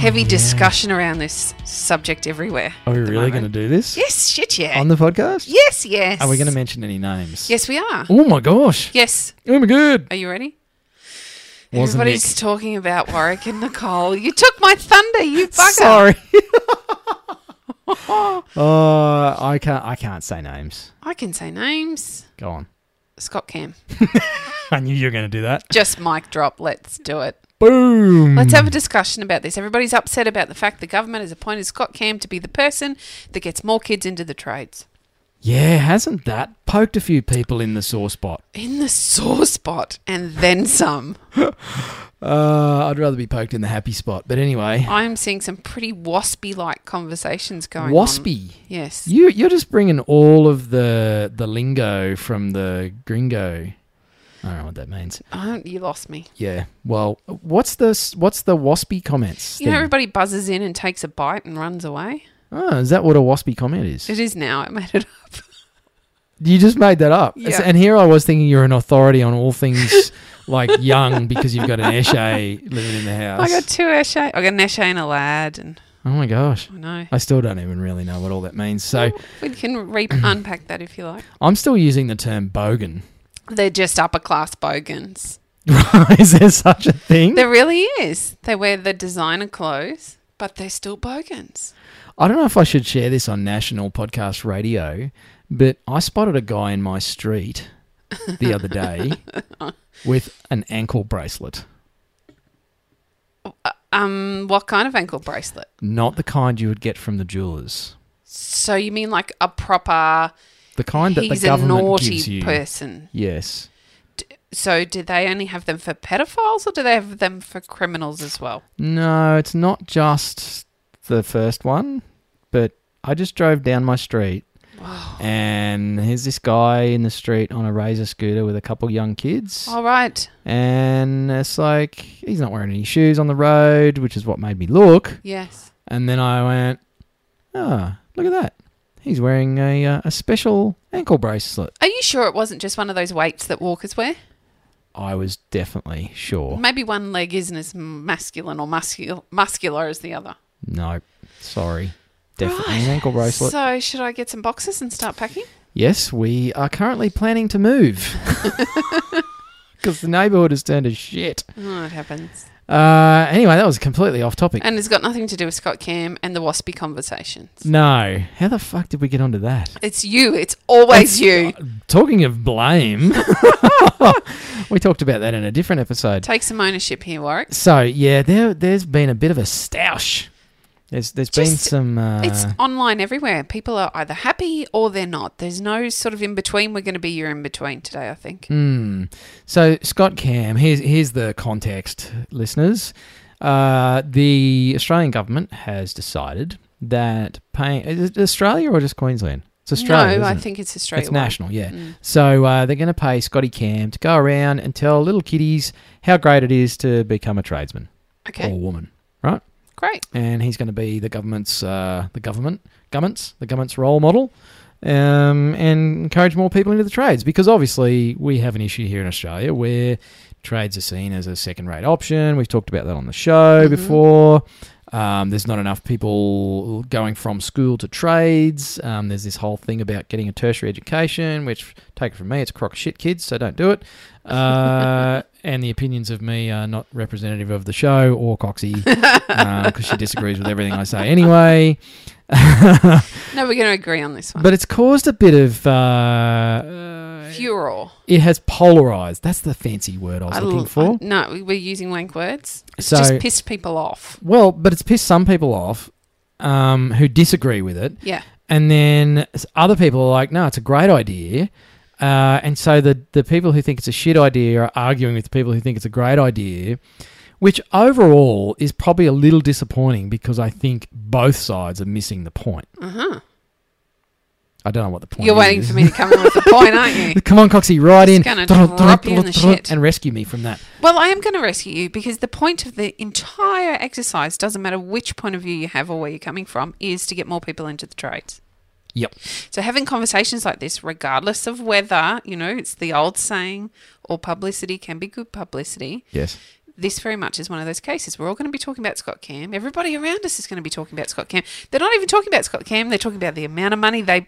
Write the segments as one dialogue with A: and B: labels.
A: heavy
B: yeah.
A: discussion around this subject everywhere.
B: Are we
A: at the
B: really going to
A: moment.
B: do this?
A: Yes, shit, yeah.
B: On the podcast?
A: yes, yes.
B: Are we going to mention any names?
A: Yes, we are.
B: Oh my gosh.
A: Yes.
B: Oh my good.
A: Are you ready?
B: Wasn't
A: Everybody's
B: Nick.
A: talking about Warwick and Nicole. You took my thunder, you bugger.
B: Sorry. Oh, I can't. I can't say names.
A: I can say names.
B: Go on.
A: Scott Cam.
B: I knew you were going to do that.
A: Just mic drop. Let's do it.
B: Boom.
A: Let's have a discussion about this. Everybody's upset about the fact the government has appointed Scott Cam to be the person that gets more kids into the trades.
B: yeah, hasn't that poked a few people in the sore spot?
A: In the sore spot and then some.
B: Uh, I'd rather be poked in the happy spot. But anyway,
A: I'm seeing some pretty waspy like conversations going Oh, on.
B: waspy.
A: Yes.
B: You you're just bringing all of the the lingo from the gringo. I don't know what that means.
A: Oh, you lost me.
B: Yeah. Well, what's the what's the waspy comments?
A: You know,
B: thing?
A: everybody buzzes in and takes a bite and runs away.
B: oh, is that what a waspy comment is?
A: It is now. I made it up.
B: You just made that up.
A: Yeah.
B: And here I was thinking you're an authority on all things like young because you've got an esche living in the house.
A: I got two Eshay. I got an Eshay and a lad. And
B: oh my gosh.
A: I know.
B: I still don't even really know what all that means. So
A: We can re- unpack that if you like.
B: I'm still using the term bogan.
A: They're just upper class bogans.
B: is there such a thing?
A: There really is. They wear the designer clothes, but they're still bogans.
B: I don't know if I should share this on national podcast radio, but I spotted a guy in my street the other day with an ankle bracelet.
A: Um, what kind of ankle bracelet?
B: Not the kind you would get from the jewelers.
A: So you mean like a proper?
B: The kind that
A: he's
B: the
A: a
B: government
A: naughty
B: gives you.
A: person.
B: Yes.
A: So, do they only have them for pedophiles or do they have them for criminals as well?
B: No, it's not just the first one, but I just drove down my street
A: Oh.
B: and here's this guy in the street on a razor scooter with a couple young kids.
A: All right.
B: And it's like he's not wearing any shoes on the road, which is what made me look.
A: Yes.
B: And then I went, "Ah, look at that. He's wearing a uh, a special ankle bracelet."
A: Are you sure it wasn't just one of those weights that walkers wear?
B: I was definitely sure.
A: Maybe one leg isn't as masculine or muscul- muscular as the other.
B: No, sorry. Definitely
A: Right.
B: an ankle bracelet.
A: So, should I get some boxes and start packing?
B: Yes, we are currently planning to move because the neighbourhood has turned to shit.
A: Oh, it happens.
B: Uh, anyway, that was completely off topic.
A: And it's got nothing to do with Scott Cam and the waspy conversations.
B: no, how the fuck did we get onto that? uh,
A: It's you. It's always you.
B: Talking of blame, we talked about that in a different episode.
A: Take some ownership here, Warwick.
B: So yeah, there there's been a bit of a stoush. There's there's been
A: Just-
B: some. Uh,
A: It's online everywhere. People are either happy or they're not. There's no sort of in between. We're going to be your in between today, I think.
B: Hmm. So Scott Cam, here's here's the context, listeners. Uh, the Australian government has decided that paying is it Australia or just Queensland? It's Australia.
A: No, I
B: isn't it?
A: think it's Mm. Australia.
B: It's national, yeah. So uh, they're going to pay Scotty Cam to go around and tell little kiddies how great it is to become a tradesman
A: Okay,
B: or woman, right?
A: great.
B: and he's going to be the government's uh, the government government's the government's role model um, and encourage more people into the trades because obviously we have an issue here in Australia where trades are seen as a second rate option. We've talked about that on the show
A: Mhm.
B: before. Um, there's not enough people going from school to trades. Um, there's this whole thing about getting a tertiary education, which take it from me, it's a crock of shit, kids. So don't do it. Uh, and the opinions of me are not representative of the show or Coxie because Uh, she disagrees with everything I say anyway.
A: No, we're going to agree on this one.
B: But it's caused a bit of. Uh,
A: Furor.
B: it has polarized. That's the fancy word I was
A: I l-
B: looking for.
A: I- no, we- we're using wank words. It's
B: So-
A: just pissed people off.
B: well, but it's pissed some people off um, who disagree with it.
A: Yeah.
B: And then s- other people are like, no, it's a great idea. Uh, and so the, the people who think it's a shit idea are arguing with the people who think it's a great idea, which overall is probably a little disappointing because I think both sides are missing the point.
A: Uh-huh.
B: I don't know what the point
A: You're
B: is.
A: waiting for me to come in with the point, aren't you?
B: Come on, Coxie, right in.
A: Just gonna drop you in the shit.
B: And rescue me from that.
A: Well, I am going to rescue you because the point of the entire exercise doesn't matter which point of view you have or where you're coming from is to get more people into the trades.
B: Yep.
A: So having conversations like this regardless of whether, you know, it's the old saying all publicity can be good publicity.
B: Yes.
A: This very much is one of those cases. We're all going to be talking about Scott Cam. Everybody around us is going to be talking about Scott Cam. They're not even talking about Scott Cam. They're talking about the amount of money they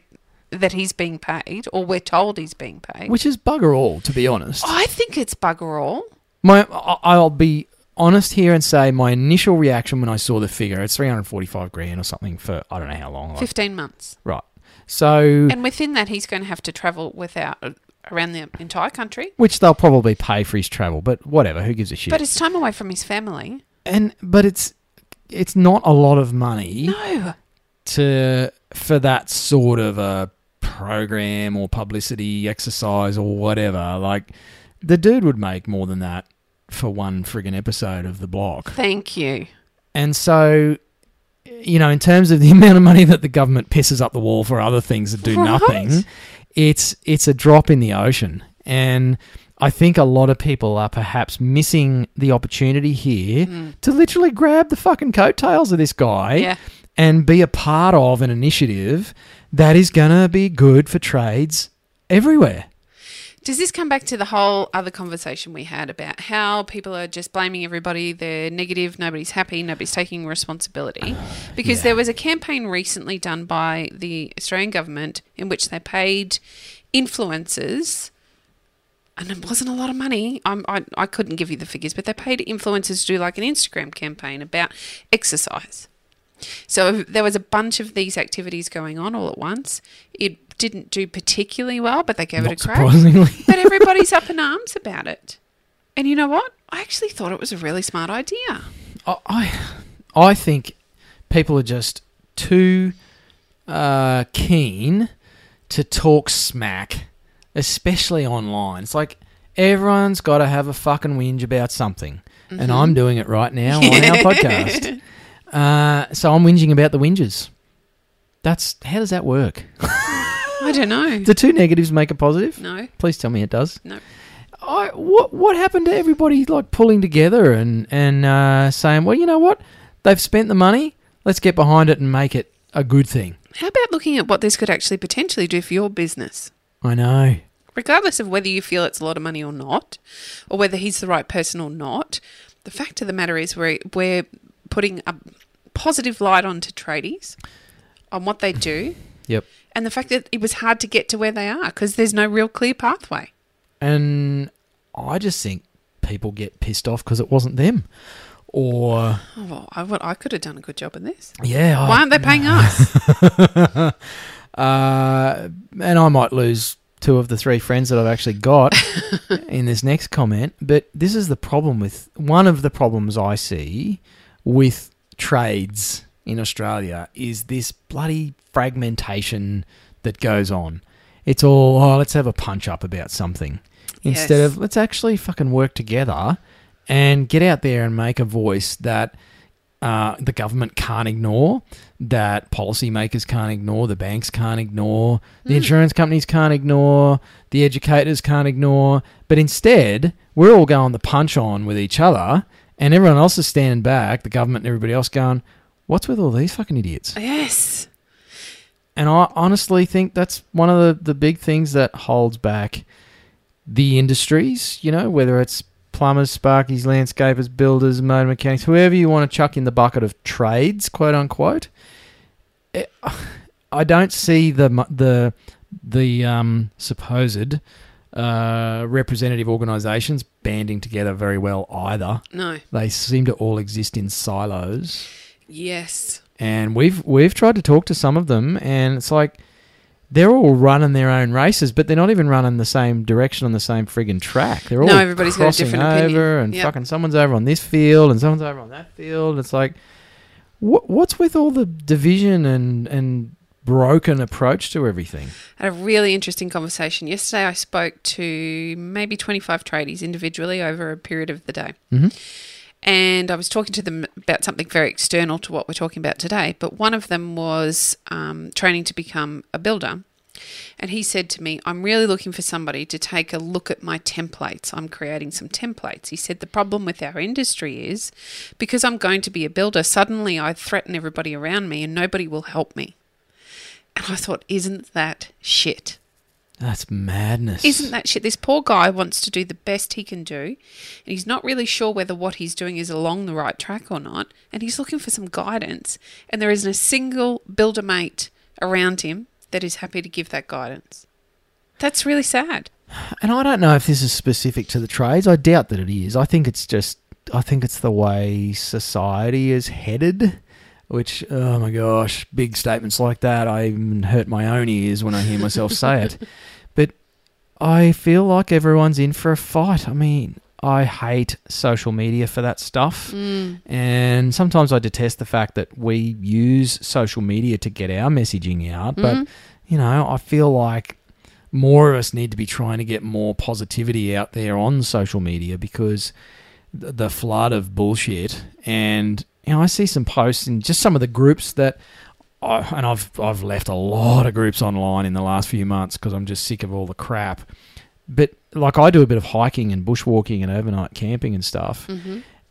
A: that he's being paid or we're told he's being paid.
B: Which is bugger all, to be honest.
A: I think it's bugger all.
B: My, I- I'll be honest here and say my initial reaction when I saw the figure, it's 345 grand or something for I don't know how long. like-
A: 15 months.
B: right. So,
A: And within that, he's going to have to travel without uh, around the entire country.
B: which they'll probably pay for his travel, but whatever, who gives a shit?
A: But it's time away from his family.
B: and but it's it's not a lot of money
A: No.
B: to for that sort of a program or publicity exercise or whatever. Like the dude would make more than that for one friggin' episode of the block.
A: Thank you.
B: And so, you know, in terms of the amount of money that the government pisses up the wall for other things that do
A: Right.
B: nothing, it's it's a drop in the ocean. And I think a lot of people are perhaps missing the opportunity here to literally grab the fucking coattails of this guy
A: Mm. Yeah.
B: and be a part of an initiative that is going to be good for trades everywhere.
A: Does this come back to the whole other conversation we had about how people are just blaming everybody? They're negative, nobody's happy, nobody's taking responsibility. Because
B: Yeah.
A: there was a campaign recently done by the Australian government in which they paid influencers, and it wasn't a lot of money. I'm, I, I couldn't give you the figures, but they paid influencers to do like an Instagram campaign about exercise. So there was a bunch of these activities going on all at once. It didn't do particularly well, but they gave
B: Not
A: it a crack
B: surprisingly.
A: but everybody's up in arms about it. And you know what? I actually thought it was a really smart idea.
B: I- I, I think people are just too uh, keen to talk smack, especially online. It's like everyone's got to have a fucking whinge about something, and
A: Mm-hmm.
B: I'm doing it right now on our podcast. Uh, so I'm whinging about the whinges. That's how does that work?
A: I don't know.
B: Do two negatives make a positive?
A: No.
B: Please tell me it does.
A: No.
B: I, what what happened to everybody like pulling together and and uh, saying, well, you know what? They've spent the money. Let's get behind it and make it a good thing.
A: How about looking at what this could actually potentially do for your business?
B: I know.
A: Regardless of whether you feel it's a lot of money or not, or whether he's the right person or not, the fact of the matter is we're, we're putting a positive light onto tradies, on what they do,
B: Yep.
A: and the fact that it was hard to get to where they are because there's no real clear pathway.
B: And I just think people get pissed off because it wasn't them, or
A: Oh, well, I, would- I could have done a good job in this.
B: yeah. I-
A: Why aren't they paying us?
B: uh, and I might lose two of the three friends that I've actually got in this next comment. But this is the problem with one of the problems I see with trades in Australia is this bloody fragmentation that goes on. It's all oh, let's have a punch up about something instead
A: Yes.
B: of let's actually fucking work together and get out there and make a voice that uh, the government can't ignore, that policymakers can't ignore, the banks can't ignore, the insurance companies can't ignore, the educators can't ignore. But instead, we're all going the punch on with each other, and everyone else is standing back, the government and everybody else going, What's with all these fucking idiots?
A: Yes.
B: And I honestly think that's one of the, the big things that holds back the industries, you know, whether it's plumbers, sparkies, landscapers, builders, motor mechanics, whoever you want to chuck in the bucket of trades, quote unquote. It, I don't see the mu- the the um, supposed uh, representative organisations banding together very well either.
A: No.
B: They seem to all exist in silos
A: Yes.
B: and we've we've tried to talk to some of them, and it's like they're all running their own races, but they're not even running the same direction on the same friggin' track. They're all
A: No, everybody's got a
B: crossing
A: different
B: over,
A: opinion.
B: and
A: Yep.
B: fucking someone's over on this field, and someone's over on that field. It's like, what what's with all the division and and broken approach to everything?
A: Had a really interesting conversation. Yesterday, I spoke to maybe 25 tradies individually over a period of the day.
B: Mhm.
A: And I was talking to them about something very external to what we're talking about today, but one of them was um, training to become a builder. And he said to me, I'm really looking for somebody to take a look at my templates. I'm creating some templates. He said, The problem with our industry is because I'm going to be a builder, suddenly I threaten everybody around me and nobody will help me. And I thought, Isn't that shit?
B: That's madness.
A: Isn't that shit? This poor guy wants to do the best he can do, and he's not really sure whether what he's doing is along the right track or not, and he's looking for some guidance, and there isn't a single builder mate around him that is happy to give that guidance. That's really sad.
B: And I don't know if this is specific to the trades. I doubt that it is. I think it's just. I think it's the way society is headed. Which, oh my gosh, big statements like that. I even hurt my own ears when I hear myself say it. But I feel like everyone's in for a fight. I mean, I hate social media for that stuff. And sometimes I detest the fact that we use social media to get our messaging out. But, you know, I feel like more of us need to be trying to get more positivity out there on social media because th- the flood of bullshit and you know I see some posts in just some of the groups that I, and I've I've left a lot of groups online in the last few months because I'm just sick of all the crap but like I do a bit of hiking and bushwalking and overnight camping and stuff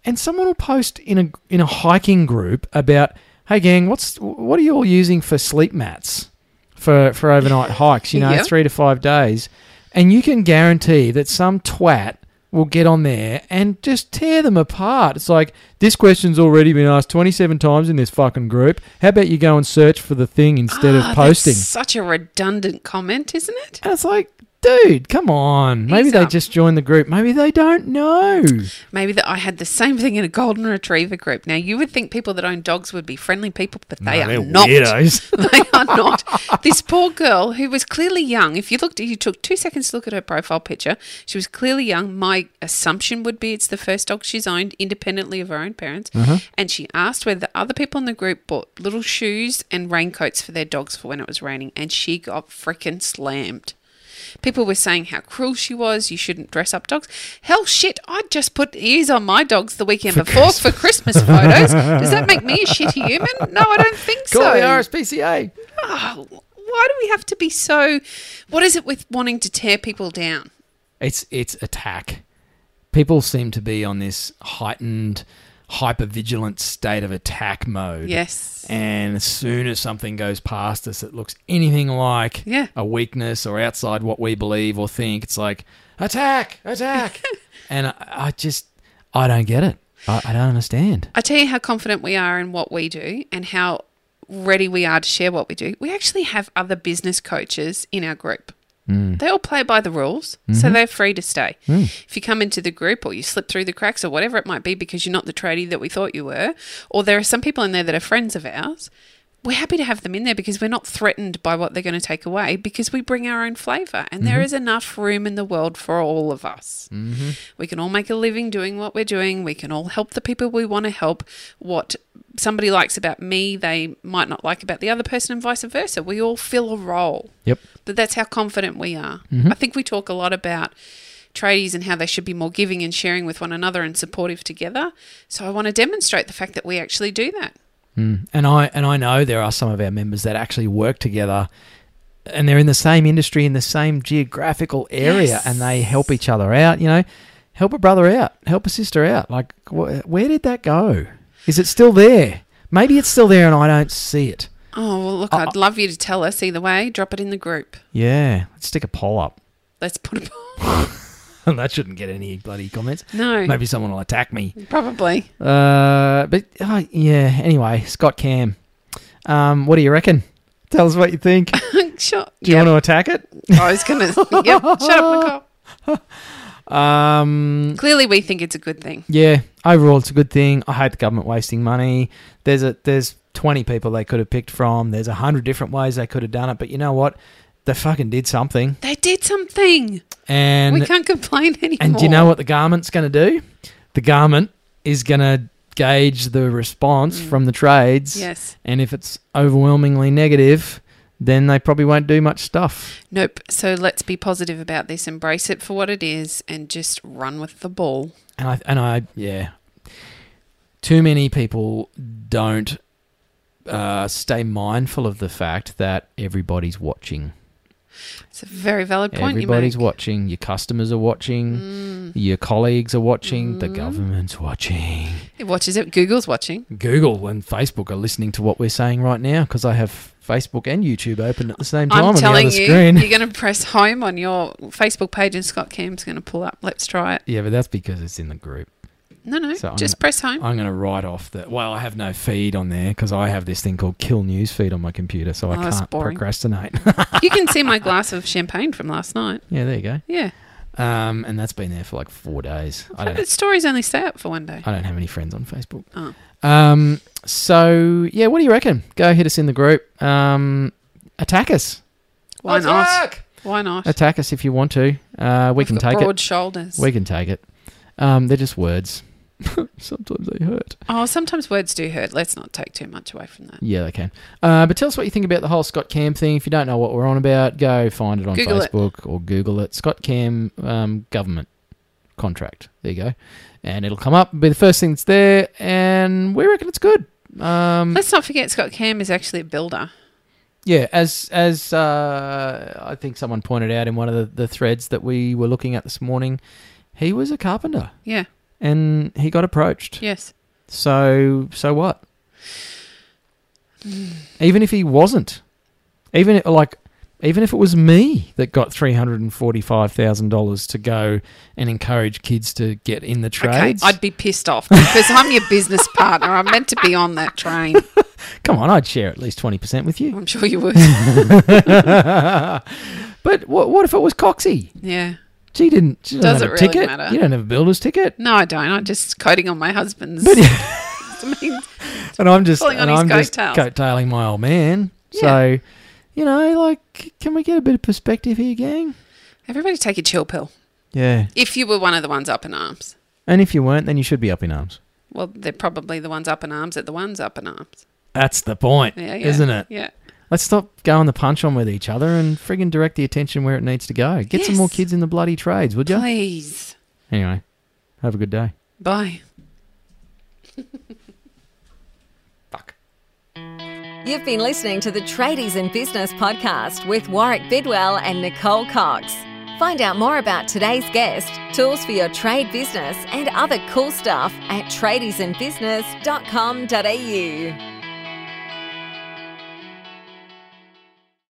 B: and someone will post in a in a hiking group about hey gang what's what are you all using for sleep mats for for overnight hikes you know
A: Yeah.
B: three to five days and you can guarantee that some twat will get on there and just tear them apart it's like this question's already been asked 27 times in this fucking group how about you go and search for the thing instead
A: Ah,
B: of posting
A: That's such a redundant comment, isn't it?
B: and it's like dude come on maybe
A: Ease
B: they
A: up.
B: just joined the group maybe they don't know
A: Maybe that I had the same thing in a golden retriever group. Now you would think people that own dogs would be friendly people, but they are not.
B: weirdos
A: they are not. This poor girl who was clearly young. If you looked, you took two seconds to look at her profile picture. She was clearly young. My assumption would be it's the first dog she's owned independently of her own parents. And she asked whether the other people in the group bought little shoes and raincoats for their dogs for when it was raining, and she got frickin' slammed. People were saying how cruel she was. You shouldn't dress up dogs. Hell, shit! I'd just put ears on my dogs the weekend before for Christmas photos. Does that make me a shitty human? No, I don't think
B: Call
A: so
B: the RSPCA.
A: oh, why do we have to be so? What is it with wanting to tear people down?
B: It's it's attack. People seem to be on this heightened, hypervigilant state of attack mode.
A: Yes.
B: And as soon as something goes past us that looks anything like
A: Yeah.
B: a weakness or outside what we believe or think, it's like attack, attack. and I, I just I don't get it. I, I don't understand.
A: I tell you how confident we are in what we do and how ready we are to share what we do. We actually have other business coaches in our group. They all play by the rules, so they're free to stay. If you come into the group or you slip through the cracks or whatever it might be because you're not the tradie that we thought you were, or there are some people in there that are friends of ours, we're happy to have them in there because we're not threatened by what they're going to take away because we bring our own flavour and there is enough room in the world for all of us. We can all make a living doing what we're doing. We can all help the people we want to help. What somebody likes about me, they might not like about the other person, and vice versa. We all fill a role.
B: Yep.
A: But that's how confident we are.
B: Mm-hmm.
A: I think we talk a lot about tradies and how they should be more giving and sharing with one another and supportive together. So I want to demonstrate the fact that we actually do that.
B: And I and I know there are some of our members that actually work together and they're in the same industry in the same geographical area
A: Yes.
B: and they help each other out, you know. Help a brother out, help a sister out. Like wh- where did that go? Is it still there? Maybe it's still there and I don't see it.
A: Oh, well, look, I'd love you to tell us either way. Drop it in the group.
B: Yeah, let's stick a poll up.
A: Let's put it.
B: that shouldn't get any bloody comments.
A: No,
B: Maybe someone will attack me.
A: probably.
B: Uh, but uh, yeah, anyway, Scott Cam. Um, what do you reckon? Tell us what you think. Do
A: sure.
B: you want to attack it?
A: I was going to. yep. Shut up, Nicole.
B: Um,
A: Clearly, we think it's a good thing.
B: yeah, overall, it's a good thing. I hate the government wasting money. There's a there's 20 people they could have picked from. There's a hundred different ways they could have done it. But you know what? They fucking did something.
A: They did something.
B: And
A: we can't complain anymore.
B: and do you know what the garment's going to do? The garment is going to gauge the response
A: Mm.
B: from the trades.
A: Yes.
B: And if it's overwhelmingly negative, then they probably won't do much stuff.
A: Nope. So let's be positive about this, embrace it for what it is, and just run with the ball.
B: And I and I yeah. too many people don't uh, stay mindful of the fact that everybody's watching.
A: It's a very valid point
B: everybody's
A: you make. Mm.
B: watching. Your customers are watching. Your colleagues are watching. The government's watching.
A: It watches it. Google's watching.
B: Google and Facebook are listening to what we're saying right now because I have Facebook and YouTube open at the same time
A: I'm
B: on the
A: telling
B: other
A: you,
B: screen.
A: you're going to press home on your Facebook page, and Scott Cam's going to pull up. Let's try it.
B: Yeah, but that's because it's in the group.
A: No, no,
B: So I'm
A: just press home.
B: I'm going to write off that. Well, I have no feed on there because I have this thing called Kill News Feed on my computer, so
A: Oh,
B: I
A: that's
B: can't
A: boring.
B: procrastinate.
A: you can see my glass of champagne from last night.
B: yeah, there you go.
A: Yeah,
B: Um, and that's been there for like four days. I don't,
A: but stories only stay up for one day.
B: I don't have any friends on Facebook.
A: Oh.
B: Um, so yeah, what do you reckon? Go hit us in the group. Um, attack us.
A: Why not? Why not?
B: Attack us if you want to. Uh, "Ah!" we
A: I've
B: can
A: got
B: take it.
A: broad shoulders.
B: We can take it. Um, they're just words. Sometimes they hurt.
A: oh, sometimes words do hurt. Let's not take too much away from that.
B: Yeah, they can. Uh, but tell us what you think about the whole Scott Cam thing. If you don't know what we're on about, go find it on
A: Google it.
B: Facebook or Google it. Scott Cam um, government contract. There you go, and it'll come up. Be the first thing that's there, and we reckon it's good. Um,
A: Let's not forget Scott Cam is actually a builder.
B: yeah, as as uh, I think someone pointed out in one of the, the threads that we were looking at this morning, he was a carpenter
A: Yeah.
B: and he got approached.
A: Yes.
B: So so what? even if he wasn't, even if, like even if it was me that got three hundred and forty five thousand dollars to go and encourage kids to get in the trades,
A: Okay. I'd be pissed off because I'm your business partner. I'm meant to be on that train.
B: come on, I'd share at least twenty percent with you.
A: I'm sure you would.
B: but what what if it was Coxie?
A: Yeah.
B: She didn't. She doesn't
A: Does it
B: have a
A: really
B: ticket.
A: matter?
B: You don't have a builder's ticket.
A: No, I don't. I'm just coating on my husband's.
B: But-
A: I mean,
B: and I'm just
A: Pulling on
B: and
A: his
B: I'm just
A: coattails.
B: coattailing my old man. So, you know, like, can we get a bit of perspective here, gang?
A: everybody take a chill pill.
B: Yeah.
A: If you were one of the ones up in arms.
B: And if you weren't, then you should be up in arms.
A: Well, they're probably the ones up in arms at the ones up in arms.
B: That's the point,
A: Yeah, yeah.
B: isn't it?
A: Yeah.
B: Let's stop going the punch on with each other and friggin' direct the attention where it needs to go. Get some more
A: Yes.
B: kids in the bloody trades, would you?
A: Please.
B: Anyway, have a good day.
A: Bye.
B: Fuck.
C: You've been listening to the Tradies in Business podcast with Warwick Bidwell and Nicole Cox. Find out more about today's guest, tools for your trade business, and other cool stuff at tradiesinbusiness.com.au.